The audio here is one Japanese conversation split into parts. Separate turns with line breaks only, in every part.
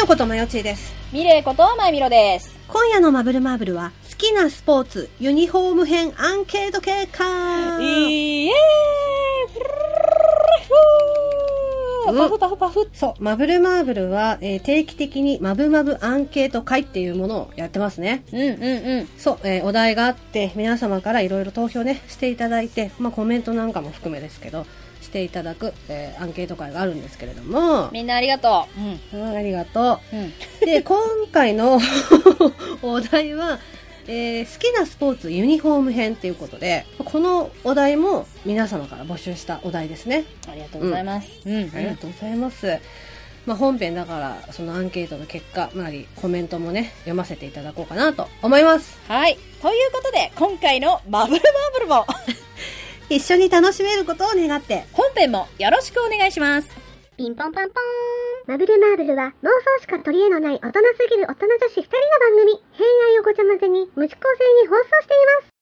のことまよちです。
ミレイことまゆみろです。
今夜のマブルマーブルは、好きなスポーツ、ユニフォーム編アンケート結果
イエーイプルルルルル
うん
パフパフパフ
そう、マブルマーブルは、えー定期的にマブマブアンケート会っていうものをやってますね。
うんうんうん。
そう、えーお題があって、皆様からいろいろ投票ね、していただいて、まあコメントなんかも含めですけど、していただく、えーアンケート会があるんですけれども、
みんなありがとう。うん。
うんありがと
うん。
う。で、今回の お題は、えー好きなスポーツユニフォーム編ということで、このお題も皆様から募集したお題ですね。
ありがとうございます。うん。うん
ありがとうございます。まあ、本編だから、そのアンケートの結果、なりコメントもね、読ませていただこうかなと思います。
はい。ということで、今回のマブルマーブルも、
一緒に楽しめることを願って。
本編もよろしくお願いします。
ピンポンパンポーン。マブルマーブルは妄想しか取り柄のない大人すぎる大人女子2人の番組。偏愛をごちゃ混ぜに無視構成に放送しています。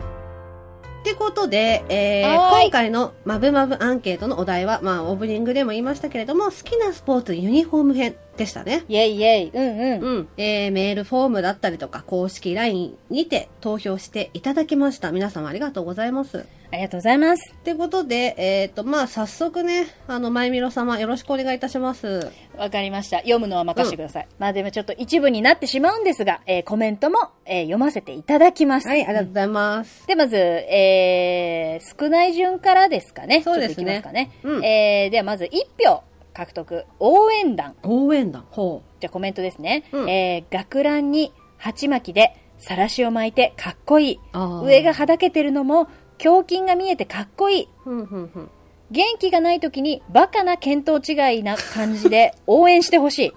ってことで、えー
はーい
今回のマブマブアンケートのお題は、まあ、オープニングでも言いましたけれども、好きなスポーツユニフォーム編でしたね。
イェイイェイ。うんうん。
うん。えー、メールフォームだったりとか、公式 LINE にて投票していただきました。皆様ありがとうございます。
ありがとうございます。
ってことで、えっ、と、まあ、早速ね、あの、まゆみろ様、よろしくお願いいたします。
わかりました。読むのは任せてください。まあでもちょっと一部になってしまうんですが、えーコメントも、えー読ませていただきます。
はい、ありがとうございます。
で、まず、えー、少ない順からですかね。
そうですね
ちょっといきますかね。
うん
えー、ではまず1票獲得、応援団。
応援団。ほ
じゃあコメントですね。
うん
えー、学ランに鉢巻きで、さらしを巻いてかっこいい。
う。あー
上が。はだけてるのも、胸筋が見えてかっこいい。
ふんふんふん。
元気がない時にバカな見当違いな感 じで応援してほしい。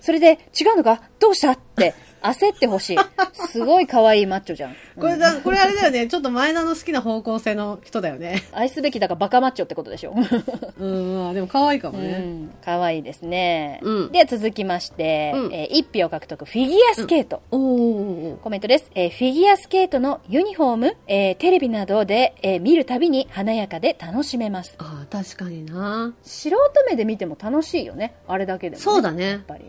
それで、違うのかどうしたって焦ってほしい。すごい可愛いマッチョじゃん。
これだ、これあれだよね。ちょっと前田の好きな方向性の人だよね。
愛すべきだからバカマッチョってことでしょ。
うん、まあでも可愛いかも
う
ね。
ん、かわいいですね。
うん
で、続きまして、
うん
えー1票獲得、フィギュアスケート。
おお
コメントです、えーフィギュアスケートのユニフォーム、えーテレビなどで、えー見るたびに華やかで楽しめます。
ああ、確かにな。
素人目で見ても楽しいよね。あれだけでも、
そう
だ。
だね
やっ。ぱり。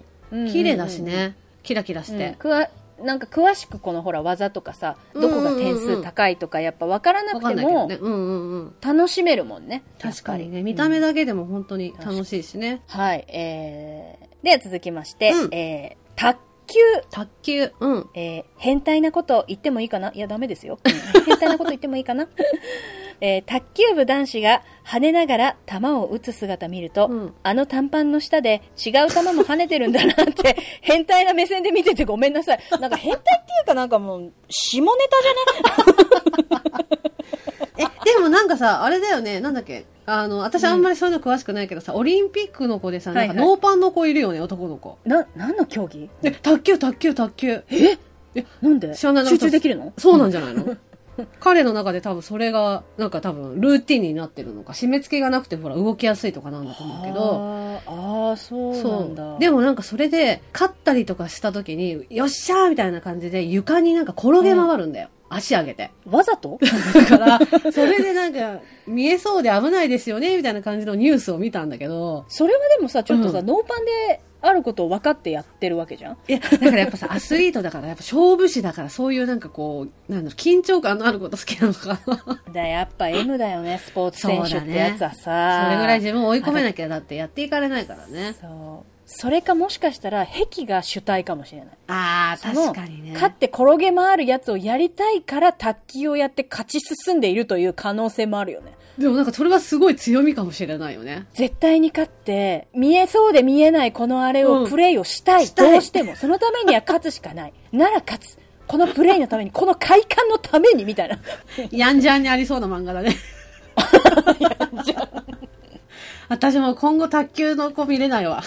綺麗だしね。キラキラ
う
し
ん。
て。
くわなんか詳しくこのほら技とかさどこが点数高いとかやっぱ分からな
わ
く
か
て
んないけど
も
ね。うんうんうん。
楽しめるもんね
確かに
や
ね。
っぱり
見た目だけでも本当に楽しいしね。
はい、えー、で、続きまして、
うん
えー、卓球。
卓球。うん。
えー、変態なこと言ってもいいかないや、ダメですよ。うん変態なこと言ってもいいかな えー、卓球部男子が跳ねながら球を打つ姿見ると、
うん
あの短パンの下で違う球も跳ねてるんだなって、 変態な目線で見ててごめんなさい。なんか変態っていうかなんかもう、下ネタじゃない
え、でもなんかさ、あれだよね。なんだっけ。あの、私あんまりそういうの詳しくないけどさ、オリンピックの子でさ、なんか
はいはい
ノーパンの子いるよね、男の子。
な、何の競技
え、卓球、卓球、卓球。
なんで
知らない
集中できるの
そうなんじゃない の彼の中で多分それが、なんか多分ルーティンになってるのか、締め付けがなくてほら動きやすいとかなんだと思うけど、
あーあー、そうなんだ。
でもなんかそれで、勝ったりとかした時に、よっしゃーみたいな感じで床になんか転げ回るんだよ。足上げて。
わざと
だから、それでなんか、見えそうで危ないですよね、みたいな感じのニュースを見たんだけど、
それはでもさ、ちょっとさ、
うん
ノーパンであることを分かってやってるわけじゃん
いや、だからやっぱさ、アスリートだから、やっぱ勝負師だから、そういうなんかこう、なんだろう、緊張感のあること好きなのかな。
だやっぱ M だよね、スポーツ選手ってやつはさ。
それぐらい自分を追い込めなきゃだってやっていかれないからね。
そう。それかもしかしたら、壁が主体かもしれない。
ああ、
その
確かにね。
勝って転げ回るやつをやりたいから、卓球をやって勝ち進んでいるという可能性もあるよね。
でもなんかそれはすごい強みかもしれないよね。
絶対に勝って、見えそうで見えないこのあれ
う
を、
ん
プレイをしたい。
したい
どうしても。そのためには勝つしかない。なら勝つ。このプレイのために、この快感のために、みたいな。
ヤンジャンにありそうな漫画だね。私も今後卓球の子見れないわ。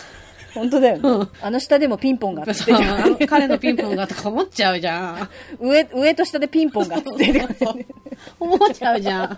本当だよね。
うん
あの下でもピンポンがあって
そうあの 彼のピンポンがとか思っちゃうじゃん。
上、上と下でピンポンがあって
思っちゃうじゃん。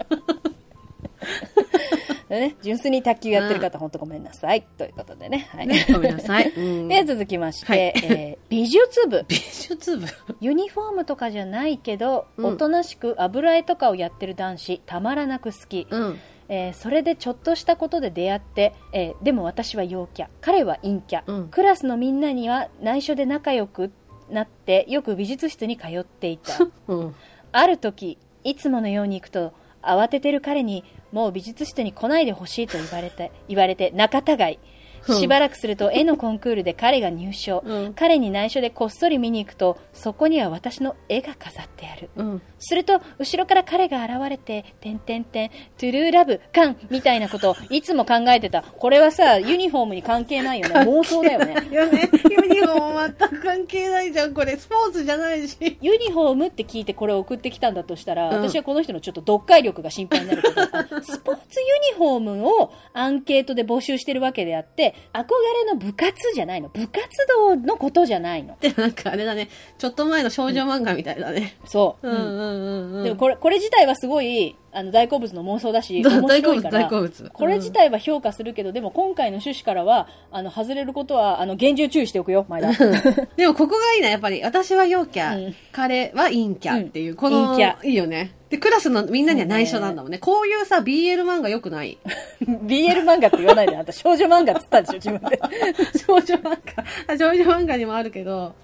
でね、純粋に卓球やってる方、本当ごめんなさい。ということでね。はい。
ね、 ごめんなさい。うん
で、続きまして、
はい
えー美術部。
美術部
ユニフォームとかじゃないけど、
うん
おとなしく油絵とかをやってる男子、たまらなく好き。
うん。
えーそれでちょっとしたことで出会って、えーでも私は陽キャ彼は陰キャ、
うん
クラスのみんなには内緒で仲良くなってよく美術室に通っていた
うん。
ある時いつものように行くと慌ててる彼にもう美術室に来ないでほしいと言われて言われて仲違い
うん
しばらくすると絵のコンクールで彼が入賞、
うん
彼に内緒でこっそり見に行くとそこには私の絵が飾ってある
うん。
すると後ろから彼が現れて「てんてんてんトゥルーラブカン」みたいなことをいつも考えてたこれはさユニフォームに関係ないよね妄想だよね
いやね、ユニフォーム全く関係ないじゃん、これ。スポーツじゃないし。
ユニフォームって聞いてこれを送ってきたんだとしたら、
うん
私はこの人のちょっと読解力が心配にな るけど、あスポーツユニフォームをアンケートで募集してるわけであって、憧れの部活じゃないの。部活動のことじゃないの。
で、なんかあれだね、ちょっと前の少女漫画みたいだね。
そう。
うんうんうんうん。
でもこれ、これ自体はすごい、あの、大好物の妄想だし、
だ
面白い か
大
ら
好物大好物、
これ自体は評価するけど、でも今回の趣旨からは、あの、外れることは、あの、厳重注意しておくよ、前田。
でもここがいいな、やっぱり。私は陽キャ、
うん
彼は陰キャっていう、この、
陰キ
いいよね。で、クラスのみんなには内緒なんだもんね。こういうさ、BL 漫画良くない
BL 漫画って言わないで、あんた少女漫画っつったでしょ、自分で。
少女漫画、 少女漫画にもあるけど、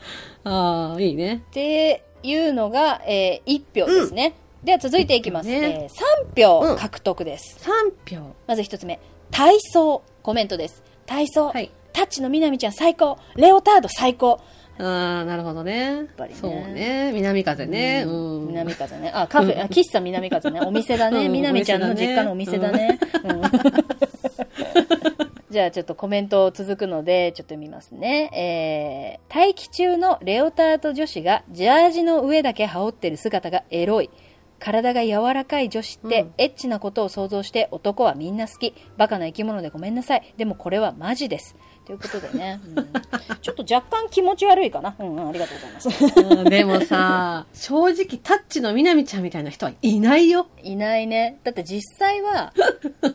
ああ、いいね。
っていうのが、えー、1票ですね。では続いていきます。
ね
えー、3
う
票
ん
獲得です。
3票。
まず1つ目、体操。コメントです。体操。
はい
タッチのみなみちゃん最高。レオタード最高。
ああ、なるほどね。やっ
ぱりね
そうね。南風ね。うん。
南風ね。あ、カフェ、あ、喫茶南風ね。お店だね。
うん
みなみちゃんの
お店だね
実家のお店だね。うん じゃあちょっとコメント続くので、ちょっと見ますね。えー、待機中のレオタード女子がジャージの上だけ羽織ってる姿がエロい。体が柔らかい女子って、
うん
エッチなことを想像して男はみんな好き。バカな生き物でごめんなさい。でもこれはマジです。ということでね。うんちょっと若干気持ち悪いかな。うん、うん、ありがとうございます。
うん でもさ、正直、タッチの南ちゃんみたいな人はいない よ。
いないね。だって実際は、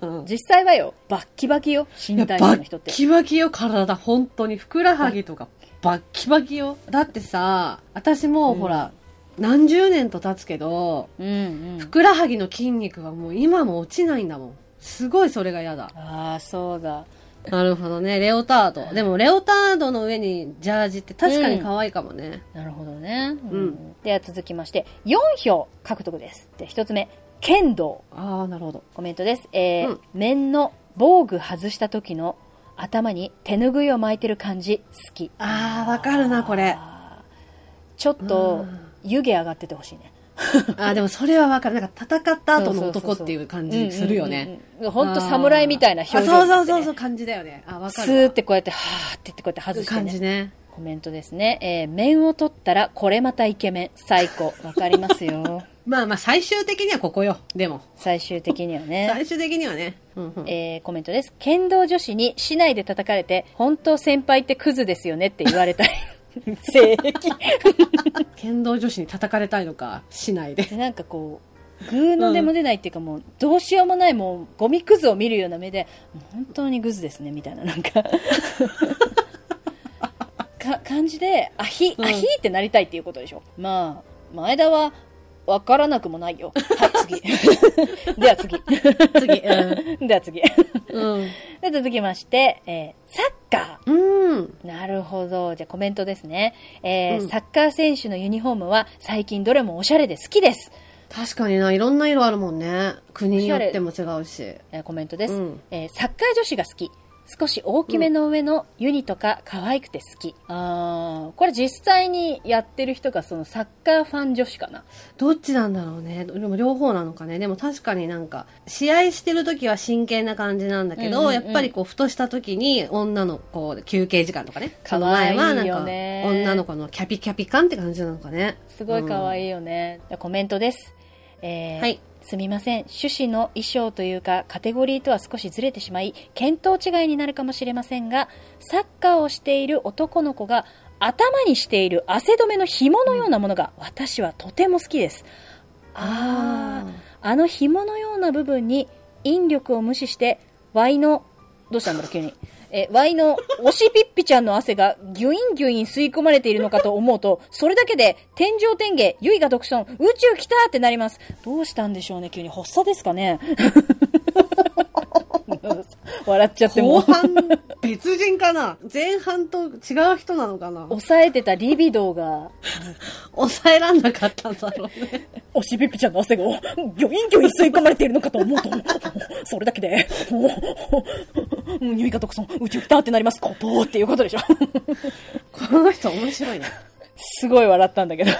うん
実際はよ、バッキバキよ、
いや
身
バ
体の人っ
ッ
て。
キバキよ、体。本当に。ふくらはぎとか、バッキバキよ。だってさ、私も
うん
ほら、何十年と経つけど、
うんうん
ふ。くらはぎの筋肉はもう今も落ちないんだもん。すごいそれが嫌だ。
ああ、そうだ。
なるほどね。レオタード。でも、レオタードの上にジャージって確かに可愛いかもね。
なるほどね。うん
うん
では続きまして、4票獲得です。で、1つ目、剣道。
ああ、なるほど。
コメントです。えー
うん
面の防具外した時の頭に手ぬぐいを巻いてる感じ、好き。
あ あ、わかるな、これ。
あーちょっと
うん、
湯気上がっててほしいね。
あ、でもそれはわかる。なんか戦った後の男っていう感じするよね。
うんうんうんうん。ほんと侍みたいな表情
あ
になっ
そう
て
そう
ね、
そうそう、感じだよね。あ、わかるわ。
スーってこうやって、はーって言ってこうやって外して、ね。
感じね。
コメントですね。えー面を取ったら、これまたイケメン。最高。わかりますよ。
まあまあ、最終的にはここよ。でも。
最終的にはね。
最終的にはね。うんうん
えーコメントです。剣道女子に市内で叩かれて、本当先輩ってクズですよねって言われたい。正義。
剣道女子に叩かれたいのか、しないで。
なんかこう、ぐうのでも出ないっていうかもう、どうしようもないもう、ゴミクズを見るような目で、本当にグズですね、みたいな、なんか。か感じで、アヒ、
うん
アヒってなりたいっていうことでしょ。まあ、前田は、わからなくもないよ。はい、次。 では次。
次。 う
では次。
ん。
で、続きまして、えーサッカー。
うん。うん。
なるほど。じゃあコメントですね。えー
うん
サッカー選手のユニフォームは最近どれもおしゃれで好きです。
確かにな、いろんな色あるもんね。国によっても違うし。
えーコメントです、
うん
えーサッカー女子が好き少し大きめの上のユニとか可愛くて好き、ああこれ実際にやってる人がそのサッカーファン女子かな
どっちなんだろうね。でも両方なのかね。でも確かになんか、試合してる時は真剣な感じなんだけど、
うんうんうん
やっぱりこう、ふとした時に女の子、休憩時間とかね。
可
その前
愛いよね
はなんか、女の子のキャピキャピ感って感じなのかね。
すごい可愛いよね、コメントですえー
はい
すみません趣旨の衣装というかカテゴリーとは少しずれてしまい見当違いになるかもしれませんがサッカーをしている男の子が頭にしている汗止めの紐のようなものが、私はとても好きですあああの紐のような部分に引力を無視して、Y の、どうしたんだろう、急に。え、Y の、おしぴっぴちゃんの汗がギュインギュイン吸い込まれているのかと思うと、それだけで、天上天下、ゆいが独尊、宇宙来たってなります。どうしたんでしょうね、急に。発作ですかね。 笑っちゃっても
後
う。
半、別人かな前半と違う人なのかな
抑えてたリビドーが、
抑えらんなかったんだろう ね。
おしべぴちゃんの汗が、ギョインギョイン吸い込まれているのかと思うと、 それだけで、匂いが独尊、宇宙来たってなります、コポーっていうことでしょ。
この人面白いな。
すごい笑ったんだけど。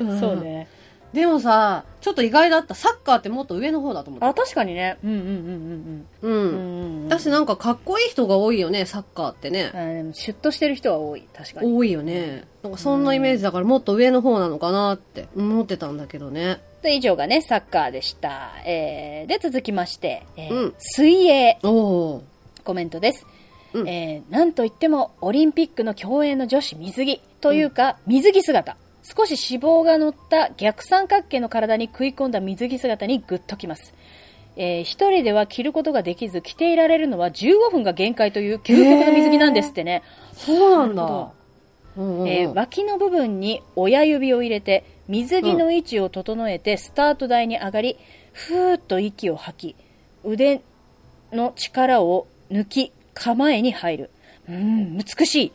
うん
そうね。
でもさ、ちょっと意外だった。サッカーってもっと上の方だと思っ
あ、
た。
確かにね。うんうんうん
う
うんうん。
ん。
んん
私なんかかっこいい人が多いよね、サッカーってね。
あでもシュッとしてる人は多い、確かに。
多いよね。なんかそんなイメージだからもっと上の方なのかなって思ってたんだけどね。
と以上がね、サッカーでした。えー、で、続きまして、えー
うん
水泳
おお
コメントです。
うん
えー、なんといっても、オリンピックの競泳の女子水着、というか、水着姿。少し脂肪が乗った逆三角形の体に食い込んだ水着姿にグッときます。えー、一人では着ることができず、着ていられるのは15分が限界という究極の水着なんですってね。
ー。そうなん
なるほ
だ
ど。
うんうんうん
えー脇の部分に親指を入れて水着の位置を整えてスタート台に上がり、ふーっと息を吐き腕の力を抜き構えに入るうん美しい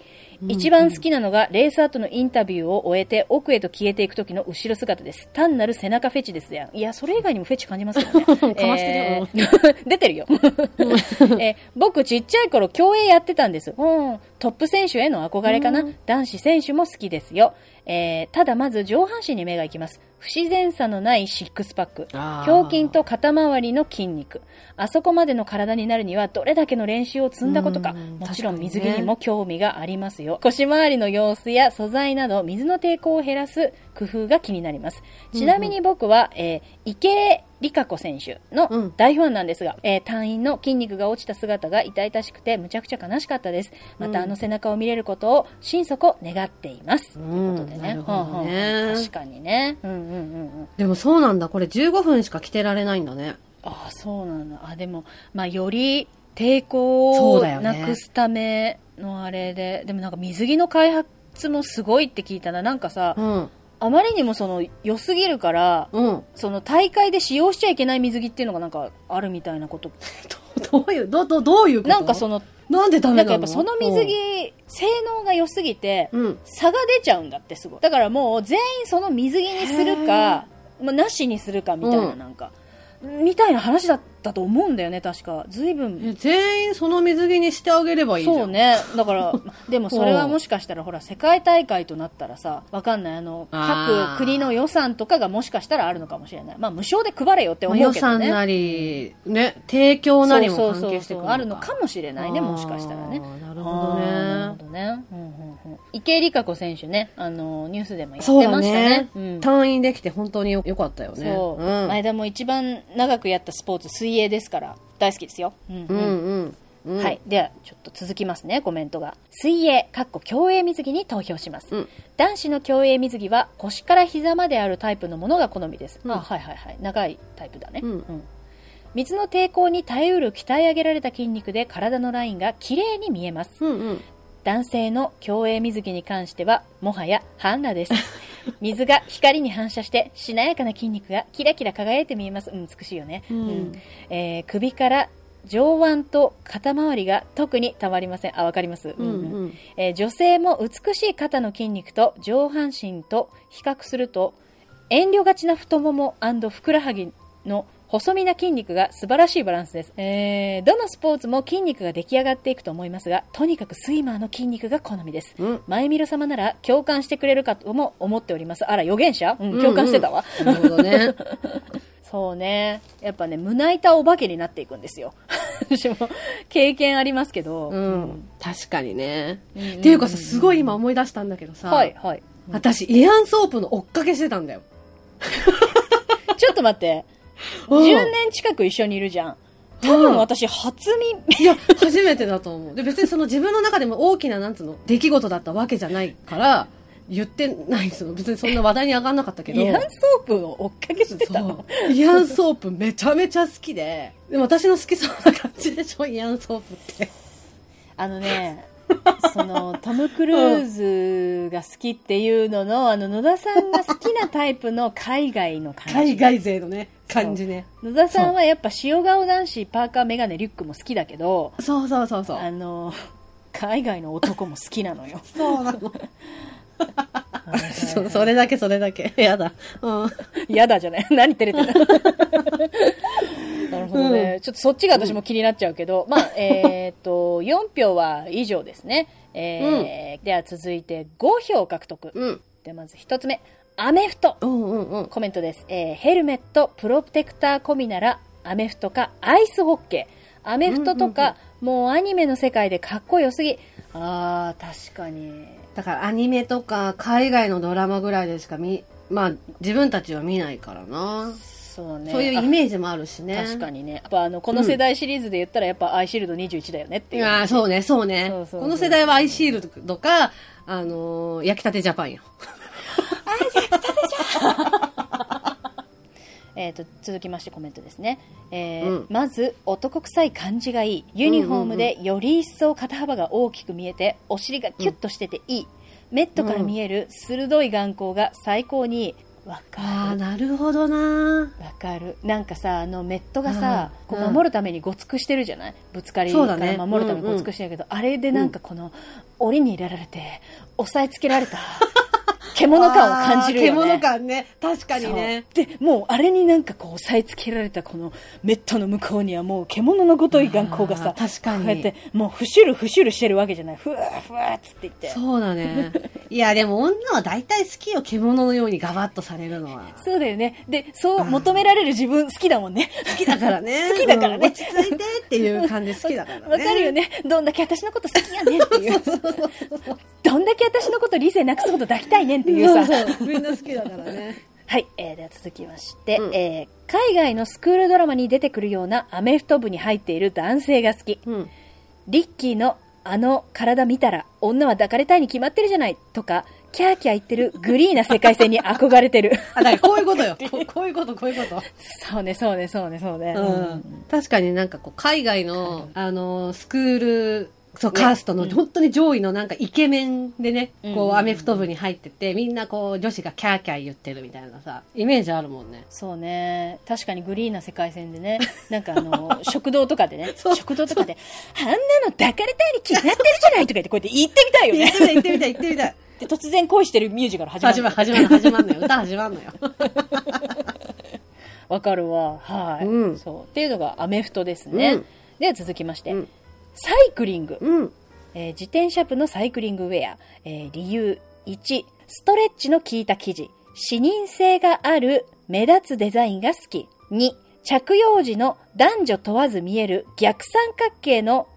一番好きなのがレース後のインタビューを終えて奥へと消えていく時の後ろ姿です単なる背中フェチですやんいやそれ以外にもフェチ感じますよね
かましてるよ
え ー出てるよ えー僕ちっちゃい頃競泳やってたんです、うん、トップ選手への憧れかな、
うん
男子選手も好きですよ、えーただまず上半身に目が行きます不自然さのないシックスパック
あー
胸筋と肩周りの筋肉あそこまでの体になるにはどれだけの練習を積んだことか
うん
もちろん
確か
水
に
着
ね
にも興味がありますよ腰回りの様子や素材など水の抵抗を減らす工夫が気になりますちなみに僕は、えー池江璃花子選手
う
の
ん
大ファンなんですが、えー隊員の筋肉が落ちた姿が痛々しくてむちゃくちゃ悲しかったですま
う
た
ん
あの背中を見れることを心底願っています、
うん
ということでね
なるほどね
はあはあ確かにねうんうんうんうん
でもそうなんだ。これ15分しか着てられないんだね。
ああそうなんだあでも、まあ、より抵抗
そう
を
だよ
な
ね
くすためのあれで、でもなんか水着の開発もすごいって聞いたななんかさ、
うん。
あまりにもその良すぎるから
うん。
その大会で使用しちゃいけない水着っていうのがなんかあるみたいなこと
どどういう、ど、ど、どういうこと
なんかその
なんでダメな
な
んの
かやっぱその水着性能が良すぎて
うん。うん。
差が出ちゃうんだってすごいだからもう全員その水着にするか、まあ、なしにするかみたいな
うん
なんか、みたいな話だったと思うんだよね確か随分
え全員その水着にしてあげればいいじゃん。
そうねだから でもそれはもしかしたらほら世界大会となったらさわかんないあの
あー
各国の予算とかがもしかしたらあるのかもしれないまあ無償で配れよって
ま
思
あ
う
予
けど
算
ね
なり、ね、提供なりも関係してくる
そうそうそうあるのかもしれないねもしかしたらね
あーな
な
るほどね
なるほ。どね、うんうんうん、池江璃花子選手ねあのニュースでもやって
そうだ
ましたね
ね
うん。
単位できて本当によかったよね。
そう、
ん。
前田も一番長くやったスポーツ水泳ですから大好きですよ、う
う
んうん
んうん。うん
はい。。では、ちょっと続きますね、コメントが。水泳、かっこ競泳水着に投票します。
うん
男子の競泳水着は腰から膝まであるタイプのものが好みです。
うん
あ、はいはいはい。長いタイプだね。
うん
水の抵抗に耐えうる鍛え上げられた筋肉で体のラインが綺麗に見えます。
うんうん。
男性の競泳水着に関してはもはや半 裸です水が光に反射してしなやかな筋肉がキラキラ輝いて見えます、うん、美しいよね、
うん
えー首から上腕と肩周りが特にたまりませんあわかります、
うんうん。
えー女性も美しい肩の筋肉と上半身と比較すると遠慮がちな太ももふくらはぎの細身な筋肉が素晴らしいバランスです、えーどのスポーツも筋肉が出来上がっていくと思いますがとにかくスイマーの筋肉が好みです
うん。
前見る様なら共感してくれるかとも思っておりますあら予言者、うん
うん
共感してたわ、
なるほど ね。
そうねやっぱね胸板お化けになっていくんですよ私も経験ありますけど、
うん。確かにね。
うんうんうん
っていうかさ、すごい今思い出したんだけどさ。
はい。はい
私、イアンソープの追っかけしてたんだよ。
ちょっと待って。
うん
10年近く一緒にいるじゃん。多分私、初
い
見、
や、初めてだと思う。で、別にその自分の中でも大きな、なんつうの、出来事だったわけじゃないから、言ってないその別にそんな話題に上がんなかったけど。
イアンソープを追っかけしてたの。
そうイアンソープめちゃめちゃ好きで、でも私の好きそうな感じでしょ、イアンソープって。
あ のね、その、トム・クルーズが好きっていうのの、あの、野田さんが好きなタイプの海外の感じ。
海外勢のね。感じね。
野田さんはやっぱ塩顔男子パーカーメガネリュックも好きだけど
そうそうそうそう。
あの海外の男も好きなのよ
そうなの。 そ それだけそれだけ。 やだ。うん。
嫌だじゃない 何照れてる なるほどね、ちょっとそっちが私も気になっちゃうけど、まあえーっと4票は以上ですね、えーでは続いて5票獲得、
うん。
でまず1つ目アメフト
うんうんうん。
コメントです、えーヘルメットプロテクター込みならアメフトかアイスホッケーアメフトとか、もうアニメの世界でかっこよすぎあー確かに
だからアニメとか海外のドラマぐらいでしか見、まあ自分たちは見ないからな。
そうね
そういうイメージもあるしね。
確かにねやっぱあのこの世代シリーズで言ったらやっぱ「アイシールド21」だよねっていう、
ああ、そうね、そうね
そうそうそう
この世代はアイシールドか、あのー焼きたてジャパンよ。
えー、と続きましてコメントですね、えー
うん
まず男臭い感じがいいユニフォームでより一層肩幅が大きく見えてお尻がキュッとしてていい、メットから見える鋭い眼光が最高にいいわ
あ
か
あ、
る
なるほどな。
わかるなんかさあのメットがさ、
うん
こう
うん
守るためにごつくしてるじゃないぶつかり
そ
か
うだね
ら守るためにごつくしてるけど、あれでなんかこの檻に入れられて押さえつけられた 獣感を感じるよね
あー獣感ね。確かにね。
そうでもうあれになんかこう押さえつけられたこのメットの向こうにはもう獣のごとい眼光がさ
あー確かに
こうやってもうふしゅるふしゅるしてるわけじゃないふわーふわーっつって言ってそう
そうだ ね。いや、でも女は大体好きよ、獣のようにガバッとされるのは。
だよねでそう求められる自 分好きだもんね
好きだから ね。
好きだからね
うん落ち着いてっていう感じ好きだからね。
わかるよねどんだけ私のこと好きやねんって いうどんだけ私のこと理性なくすこと抱きたいねんっていう
そう
さ
そう。 みんな好きだから ね。
はい、えー、では続きまして、
うん
えー海外のスクールドラマに出てくるようなアメフト部に入っている男性が好き
うん。
リッキーのあの体見たら女は抱かれたいに決まってるじゃないとか、キャーキャー言ってるグリーな世界線に憧れ てる。
あ、だからこういうことよ。ここういうこと、こういうこと。
そうね、そうね、そうね、そうね。
うん確かになんかこう海外の、あのスクールそうカーストの、本当に上位のなんかイケメンでね、
うん
こうアメフト部に入っててみんなこう女子がキャーキャー言ってるみたいなさイメージあるもんね
そうね。確かにグリーな世界線でね、なんか あの、食堂とかでね、
そう
食堂とかで、あんなの抱かれたいに決まってるじゃないとか言って、こうやって言ってみたいよ
行って。みたい行っ
ね
てみたい行ってみたい
で、突然恋してるミュージカル始 まる。
始まる始まる始まるのよ歌始まるのよ
わかるわ。はい、
うん
そう。っていうのがアメフトですね。
うん
では続きまして、
うん
サイクリング。
うん
えー自転車部のサイクリングウェア、えー理由1ストレッチの効いた生地視認性がある目立つデザインが好き2着用時の男女問わず見える逆三角形の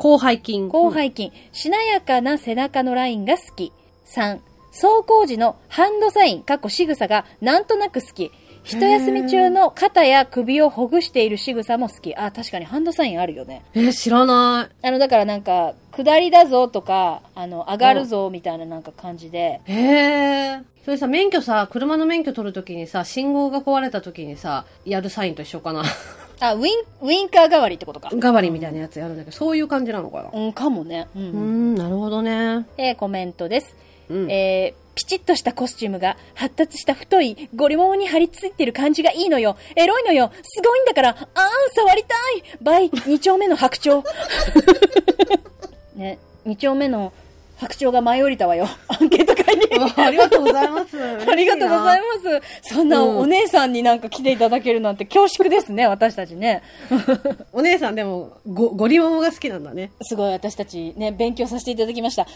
広背筋
広背筋、しなやかな背中のラインが好き3走行時のハンドサインかっこ仕草がなんとなく好き一休み中の肩や首をほぐしている仕草も好きあ確かにハンドサインあるよね
うんえ知らない
あの、だからなんか、下りだぞとか、あの、上がるぞみたいななんか感じで、
へえそれさ免許さ車の免許取るときにさ信号が壊れたときにさやるサインと一緒かな
あ、ウィン、ウィンカー代わりってことか。
代わりみたいなやつやるんだけどそういう感じなのかな
うん、かもね。うん。
うんなるほどね
えーコメントです。
うん
えーピチッとしたコスチュームが発達した太いゴリモモに張り付いてる感じがいいのよ。エロいのよ。すごいんだから、あーん、触りたいバイ、二丁目の白鳥。ね、二丁目の白鳥が舞い降りたわよ。アンケート会に。
ありがとうございます。あ
ありがとうございます。そんな
うん
お姉さんになんか来ていただけるなんて恐縮ですね、私たちね。
ます。お姉さんでも、ご、ゴリモモが好きなんだね。
すごい私たちね、勉強させていただきました。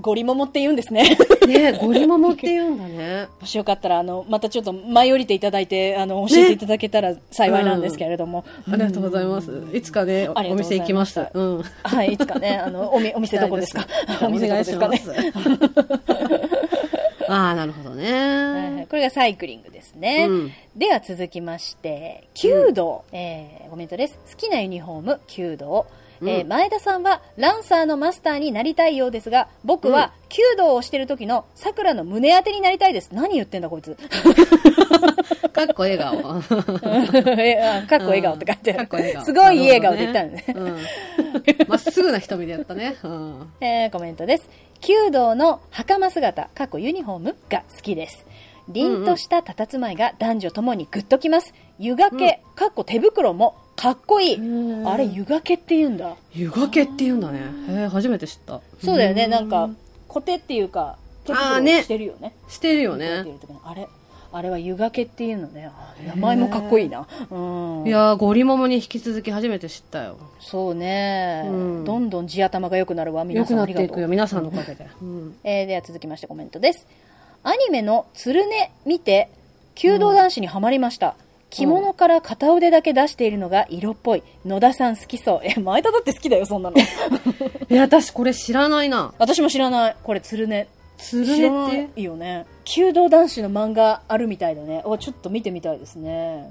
ゴリモモって言うんで すね。
ねゴリモモって言うんだね。
もしよかったら、あの、またちょっと舞い降りていただいて、あの、教えていただけたら幸いなんですけれども。
ありがとうございます。いつかね、お
ありがとうござ
店
います
行きます。うん。
はい、いつかね、あの、おみお店どこですか お
お
店ど
願い
こで
し
すか
ま
ね。
す。 ああ、なるほど
はいはい
ね。
これがサイクリングですね、
うん
では続きまして弓道、えーコメントです好きなユニフォーム弓道、えー
うん
前田さんはランサーのマスターになりたいようですが僕は弓道をしてる時のさくらの胸当てになりたいです何言ってんだこ いつ
かっこ笑顔。
えあかっこ笑顔って書いてあ
かっ
る
こ笑顔。
すごいいい笑顔で言ったん
ん
で
ですす
ね
ね。うんまっすぐな瞳でやったね。うん。
えーコメントです。弓道の袴姿、過去ユニフォームが好きです。凛とした佇まいが男女ともにグッときます。湯掛け、かっこ手袋もかっこいい。あれ、湯掛けって言うんだ。
湯掛けっていうんだね。へえ、初めて知った。
そうだよね、なんか、コテっていうか、手
あー
袋
ね
してるよね。
してるよ
手袋って
ね。
いう時にあれ、あれは湯掛けっていうのね。あー名前もかっこいいな。うん。
いやー、ゴリモモに引き続き初めて知ったよ。
そうね、
うん
どんどん地頭が良くなるわ、
良
皆
く
さん。
な
あ
っ
りが
てい
と
く
う
よ、皆さんのおかげで。うん。
えーでは続きましてコメントです。アニメの鶴音見て、弓道男子にはまりました。着物から片腕だけ出しているのが色っぽい。野田さん好きそう。え、前田だって好きだよ、そん なの。
いや、私これ知らないな。
私も知らない。これ、鶴音。
つる
知らな
ね
い
って。
よね。弓道男子の漫画あるみたいだね。お、ちょっと見てみたいですね。うんうんうん。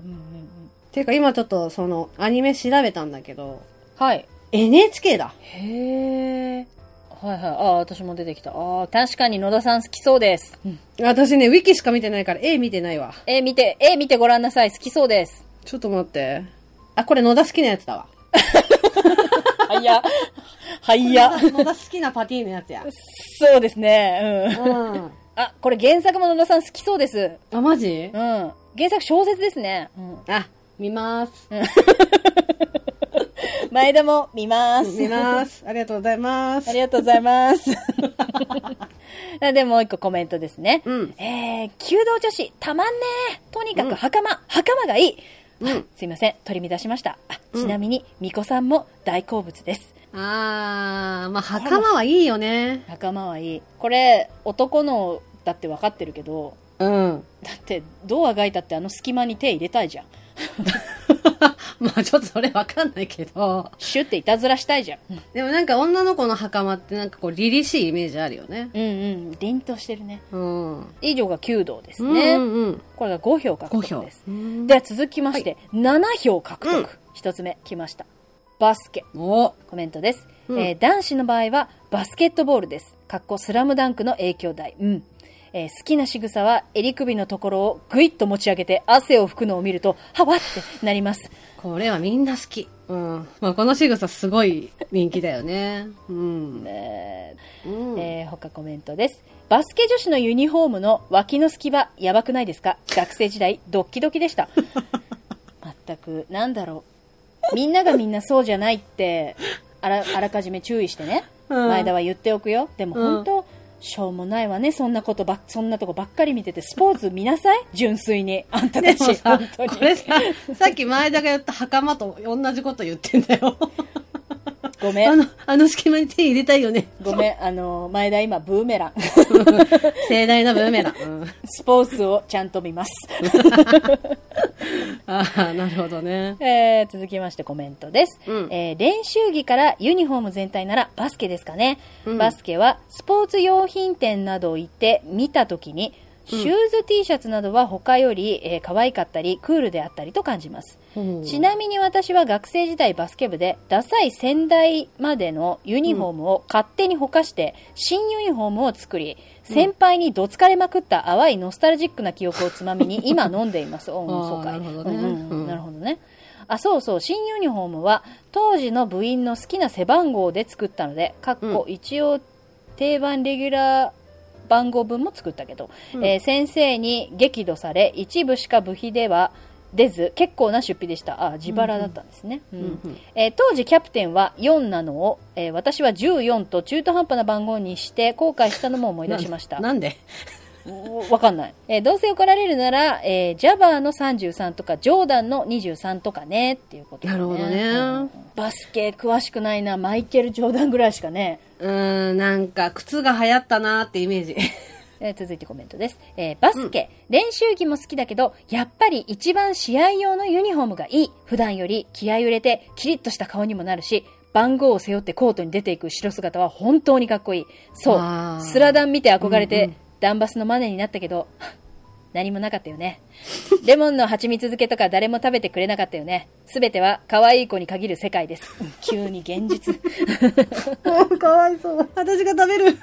ていうか今ちょっとそのアニメ調べたんだけど、
はい。
NHK だ。
へえ。はいはい。ああ、私も出てきた。ああ、確かに野田さん好きそうです。
私ね、ウィキしか見てないから、絵見てないわ。
え、見て、え、見てごらんなさい。好きそうです。
ちょっと待って。あ、これ野田好きなやつだわ。
はいや。はいや。
野田好きなパティのやつ や。
そうですね。うん。
うん。
あ、これ原作も野田さん好きそうです。
あ、マジ
うん。原作小説ですね。うん。
あ、見ます。
前田も見ます。
見 ます。ありがとうございます
あ。りがとうございます。 あで、もう一個コメントですね。
うん。
えー、弓道女子、たまんねーとにかく袴、袴がいい、
うん。
すいません、取り乱しました。あ、ちなみに、巫女さんも大好物です。
あー、まあ、袴はいいよね。
袴はいい。これ、男のだって分かってるけど、
うん。
だって、どうあがいたってあの隙間に手入れたいじゃん。
まあ、ちょっとそれわかんないけど。
シュっていたずらしたいじゃん。
でもなんか女の子の袴ってなんかこう、凛々しいイメージあるよね。
うんうん、凛としてるね。
うん。
以上が9道ですね。
ね。うんうん。
これが5票獲
5
得
票
です。。
うん
では続きまして、7票獲
うん
得。一、つ目、来ました。バスケ。
お
コメントです、
うん
えー男子の場合はバスケットボールです。かっこスラムダンクの影響大。うん。えー好きな仕草は襟首のところをぐいっと持ち上げて汗を拭くのを見ると、はわってなります。
これはみんな好き。うん。まあ、この仕草すごい人気だよね。うん。
え
うん
ーえー他コメントです。バスケ女子のユニフォームの脇の隙間、やばくないですか学生時代、ドッキドキで した。まったく、なんだろう。みんながみんなそうじゃないって、あらあらかじめ注意してね。
うん
前田は言っておくよ。でも
うん
本当、しょうもないわね。そんなことばっ、そんなとこばっかり見てて、スポーツ見なさい。純粋に。あんた
で
た
も
ち、
さ
本、当に。
これさ、さっき前田が言った袴と同じこと言ってんだよ。
ごめ
あ
ん。
の、あの隙間に手入れたいよね。
ごめん。あの、前田今、ブーメラン。
盛大なブーメラン。うん
スポーツをちゃんと見ます。
ああ、なるほどね。
えー続きましてコメントです、
うん
えー練習着からユニフォーム全体ならバスケですかね、
うん
バスケはスポーツ用品店など行って見た時にシューズ T シャツなどは他より、えー可愛かったりクールであったりと感じます、ちなみに私は学生時代バスケ部でダサい先代までのユニフォームを勝手にほかして新ユニフォームを作り先輩にどつかれまくった淡いノスタルジックな記憶をつ まみに今飲んでいます。うん、
あー
そうかい。
なるほどね
うんうん
うん
なるほどね。あ、そうそう、新ユニフォームは当時の部員の好きな背番号で作ったので、かっこ一応定番レギュラー番号分も作ったけど、
うん
えー先生に激怒され、一部しか部費では出ず、結構な出費でした。あ、自腹だったんですね。うん
うんうん
えー当時キャプテンは4なのを、えー私は14と中途半端な番号にして後悔したのも思い出しました。
なんで
おわかんない。えーどうせ怒られるなら、えージャバーの33とか、ジョーダンの23とかね、っていうことだ、
なるほどね
うんバスケ詳しくないな、マイケル・ジョーダンぐらいしかね。
うーん、なんか、靴が流行ったなーってイメー ジ。
えー続いてコメントです。えーバスケ、練習着も好きだけど、やっぱり一番試合用のユニフォームがいい。普段より気合を入れて、キリッとした顔にもなるし、番号を背負ってコートに出ていく白姿は本当にかっこいい。そ
あー
う。スラダン見て憧れて、
うんうん
ダンバスのマネになったけど、 何もなかったよね。レモンの蜂蜜漬けとか誰も食べてくれなかったよね。すべては可愛い子に限る世界です。急に現実。
かわいそう。私が食べる。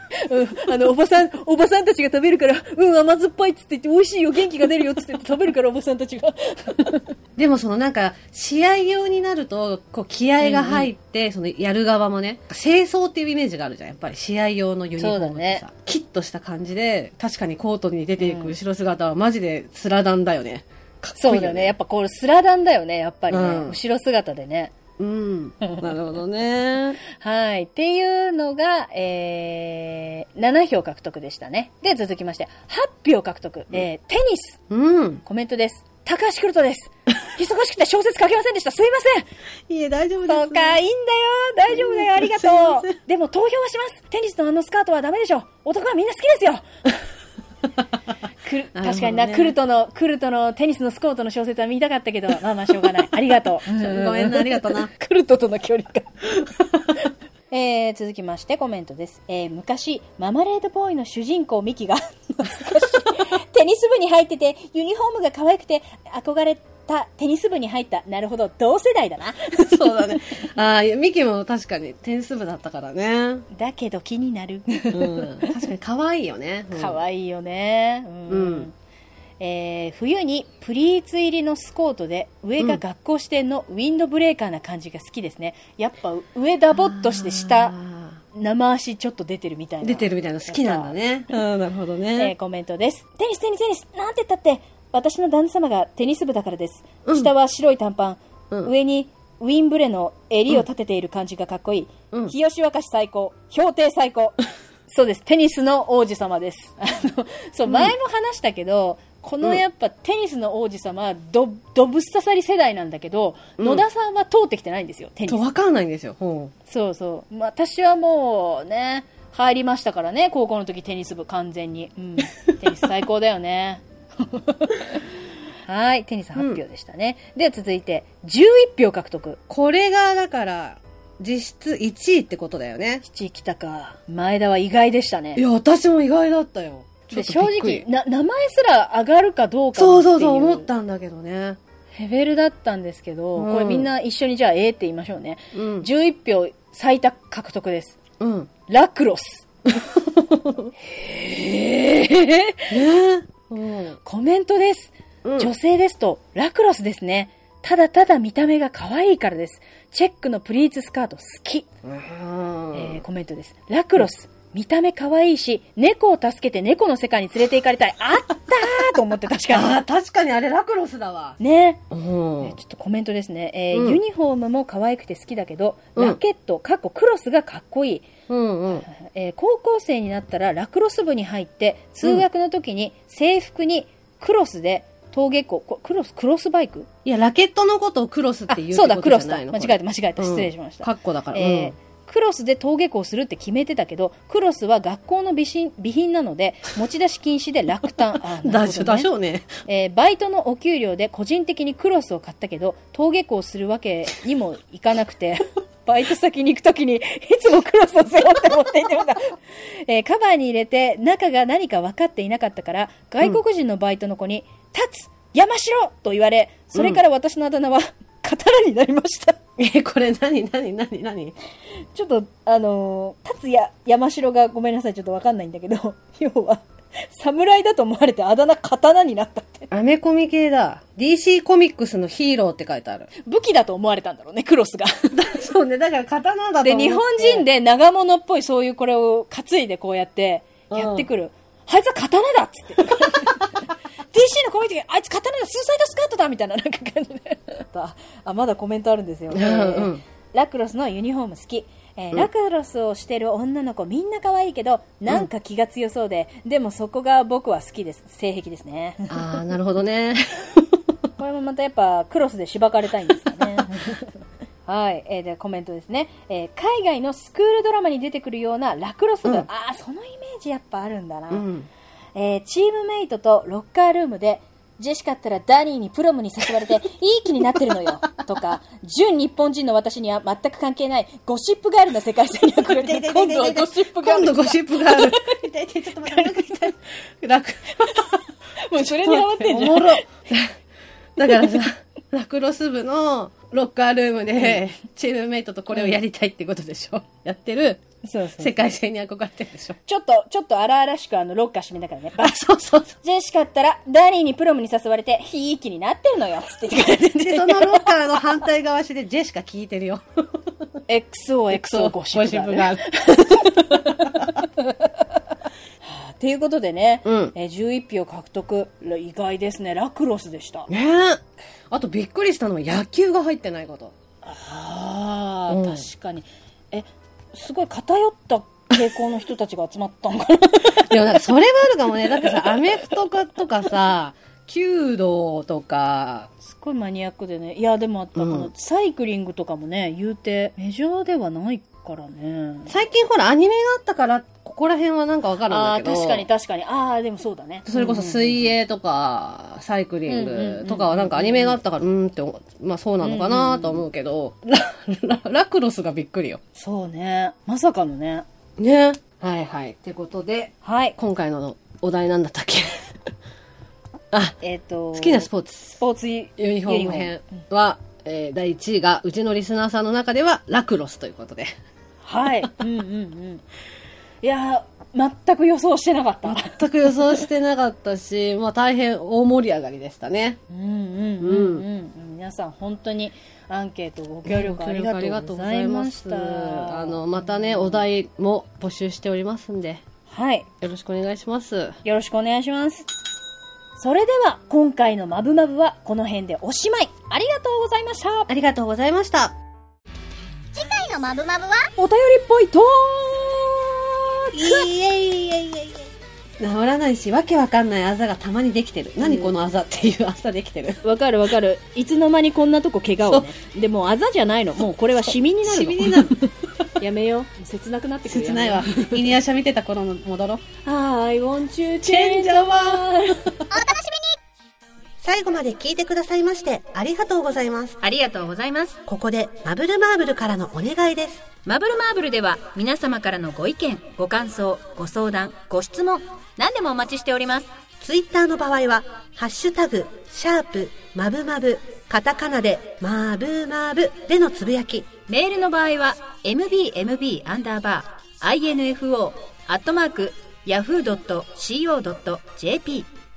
うん、あの、おばさん、おばさんたちが食べるから、うん、甘酸っぱいっつって言って、美味しいよ、元気が出るよっつって言って食べるから、おばさんたちが。
でもそのなんか、試合用になると、こう気合が入って、そのやる側もね、清掃っていうイメージがあるじゃん。やっぱり試合用のユニフォームっ
そうだ
て
ね
さ、キッとした感じで、確かにコートに出ていうく
ん
後ろ姿はマジでスラダンだよね。かっこ
そ
いうい
だ
よ
よね。
ね。
やっぱこれスラダンだよね、やっぱりね。
うん
後ろ姿でね。
うん。なるほど ね。
はい。っていうのが、えー、7票獲得でしたね。で、続きまして、8票獲得。えー、テニス。
うん。
コメントです。高橋クルト です。忙しくて小説書けませんでした。すいません。
いえ、大丈夫です。
そうか、いいんだよ。大丈夫だよ。ありが
すいま
と
せん
う。でも投票はします。テニスのあのスカートはダメでしょ。男はみんな好きですよ。くる
なるほどね
確かにな、クルトの、クルトのテニスのスコートの小説は見たかったけど、まあまあしょうがない。ありが とう。
ごめんなありがとうな。
クルトとの距離感。えー、続きましてコメントです、えー、昔ママレードボーイの主人公ミキが懐かしいテニス部に入っててユニフォームが可愛くて憧れたテニス部に入ったなるほど同世代だな
そうだね。ああ、ミキも確かに点数部だったからね。
だけど気になる
うん。確かに可愛いよね。うん
可愛いよねうん、
うん
えー冬にプリーツ入りのスコートで上が学校支店のウィンドブレーカーな感じが好きですねやっぱ上ダボっとして下
あ
生足ちょっと出てるみたい
ー
な
出てるみたいなの好きなんだね。うん、なるほど
えー
ね。
コメントです。テニス、テニス、テニスなんて言ったって、私の旦那様がテニス部だからです。
うん
下は白い短パン、
うん
上にウィンブレの襟を立てている感じがかっこいい。
うん
日吉若し最高、氷定最 高。そうです。テニスの王子様です。 あの、そう、前も話したけど、このやっぱテニスの王子様、ど、どぶっ刺さり世代なんだけど、
うん
野田さんは通ってきてないんですよ、テニ
と、
ス。
わかんないんですよ。ほ
そうそう。まあ私はもうね、入りましたからね、高校の時テニス部完全に。うん。テニス最高だ よね。はい、テニス8票でしたね。では続いて、11票獲得
う。これが、だから、実質1位ってことだよね。
七来たか。前田は意外でした
い
ね。
や、私も意外だったよ。
で
ちょ
正
っとびっくり
直な、名前すら上がるかどうかってい
そうそうそう、思ったんだけどね。
レベルだったんですけど、
うん
これみんな一緒にじゃあ A って言いましょうね。
うん。
11票最多獲得です。
うん。
ラクロス。へえ。
ねうん。
コメントです。
うん
女性ですと、ラクロスですね。ただただ見た目が可愛いからです。チェックのプリーツスカート好き。
うん
えーコメントです。ラクロス。見た目可愛いし、猫を助けて猫の世界に連れて行かれたい。あったーと思って確
あ
か
ー、確かにあれラクロスだわ。
に。ね。
う
え
ん
ー。ちょっとコメントですね。えー
うん
ユニフォームも可愛くて好きだけど、
うん
ラケット、かっこクロスがかっこいい。
うんうん。
えー高校生になったらラクロス部に入って通学の時に制服にクロスで登下校こクロスクロスバイク
いや、ラケットのことをクロスっ
あ
て言う
そう
って
だ
こ
ク
と
ロ
じ
ス
ゃ
だ
ないの
間違えた間違えた失礼しました
カッコだから。
えークロスで登下校するって決めてたけどクロスは学校の備品備品なので持ち出し禁止で落胆あ
うん。だ
なる
し
ほ
ょ、
ど
だ
ね
しょうね。
えーバイトのお給料で個人的にクロスを買ったけど登下校するわけにもいかなくてバイト先に行くときにいつもクロスを背負って持って行ってました、えーカバーに入れて中が何か分かっていなかったから外国人のバイトの子に「立つ山城!」と言われそれから私のあだ名は「刀」になりました
え、これ何、何、何、何
ちょっと、あのー、達也、山城がごめんなさい、ちょっとわかんないんだけど、要は、侍だと思われてあだ名刀になったって。
アメコミ系だ。DC コミックスのヒーローって書いてある。
武器だと思われたんだろうね、クロスが。
そうね、だから刀だと思って
で、日本人で長物っぽいそういうこれを担いでこうやって、やってくる。あいつは刀だっつ って。DC のコメントで、あいつ刀だ、スーサイドスカートだみたいな、なんか感じで。 あ、まだコメントあるんですよ。
うんうん
ラクロスのユニフォーム好き、えーラクロスをしてる女の子みんな可愛いけどなんか気が強そうで、でもそこが僕は好きです性癖ですね
ああ、なるほどね。
これもまたやっぱクロスでしばかれたいんですか ねはい、えーでコメントですね、えー海外のスクールドラマに出てくるようなラクロス部、
うん
ああそのイメージやっぱあるんだな、
うん。
えーチームメイトとロッカールームで、ジェシカったらダニーにプロムに 誘われて、いい気になってるのよ。とか、純日本人の私には全く関係ない、ゴシップガールな世界線に憧れて、今度はゴシップガ
今
ール。
度ゴシップがある。痛い痛い、ちょっと待って、痛い楽。
もうそれにハマってんじゃん。
おもろ。だからさ、ラクロス部のロッカールームで、チームメイトとこれをやりたいってことでしょ。やってる
そうそう
世界線に憧れてるでしょ。
ちょっと、ちょっと荒々しくあの、ロッカー閉めながらね、バ
あ、
ッ
そうそうそ
ジェシカったら、ダニーにプロムに誘われて、ひいきになってるのよ、つって言ってくれて
う。で、そのロッカーの反対側足でジェシカ聞いてるよ。
て。XOXO ゴシップがある
がある。
ということでね、
うん
えー11票獲得、意外ですね、ラクロスでした。
ねえ。あとびっくりしたのは野球が入ってないこと。
ああ、
うん
確かに。え、すごい偏った傾向の人たちが集まったのかな
でもなんかそれはあるかもね。だってさ、アメフトかとかさ、弓道とか、
すごいマニアックでね。いや、でもあった、
うん
このサイクリングとかもね、言うて、メジャーではないからね。
最近ほらアニメがあったから、ここら辺はなんかわかるん
あ
だ
あ
けど。
ー、確かに確かに。ああ、でもそうだね。
それこそ
うんうんうん
水泳とか、サイクリングとか
う
は
んうんう
な
んうん
んかアニメがあったから、うーんって思、まあそうなのかなと思うけど、ラ、ララクロスがびっくりよ。
そうね。まさかのね。
ね。はいはい。ってことで、
はい。
今回のお題なんだったっ けあ、
えっ、と、
好きなスポ
ポ
ーツ、
ーツユ
ユニフォーム編は、えー第1位が、うちのリスナーさんの中ではラクロスということで。
はい。うんうんうん。いやー、全く予想してなかった。
全く予想してなかったし、まあ大変大盛り上がりでしたね。
うんうんうんうん。皆さん本当にアンケートご協力ありがとうございました。
あの、またね、お題も募集しておりますんで、
はい。
よろしくお願いします。
よろしくお願いします。それでは、今回のマブマブはこの辺でおしまい。ありがとうございました。
ありがとうございました。
次回のマブマブは
お便りっぽいと
いえいえいえいえ
治らないし、わけわかんないあざがたまにできてる。何このあざっていうあざできてる。
わかるわかる。いつの間にこんなとこ怪我をね。でも、あざじゃないの。もうこれはシミになる
シ
の。
ミになる。
やめよう。切なくなってくる。
切ないわ。イニアシャ見てた頃の戻ろう。
やめよう。I want you
チェン
change
ジャーワー
最後まで聞いてくださいましてありがとうございます。
ありがとうございます。
ここでマブルマーブルからのお願いです。
マブルマーブルでは皆様からのご意見、ご感想、ご相談、ご質問、何でもお待ちしております。
ツイッターの場合は、ハッシュタグ、シャープ、マブマブ、カタカナで、マーブマーブでのつぶやき、
メールの場合は mbmb アンダーバー info アットマーク yahoo.co.jp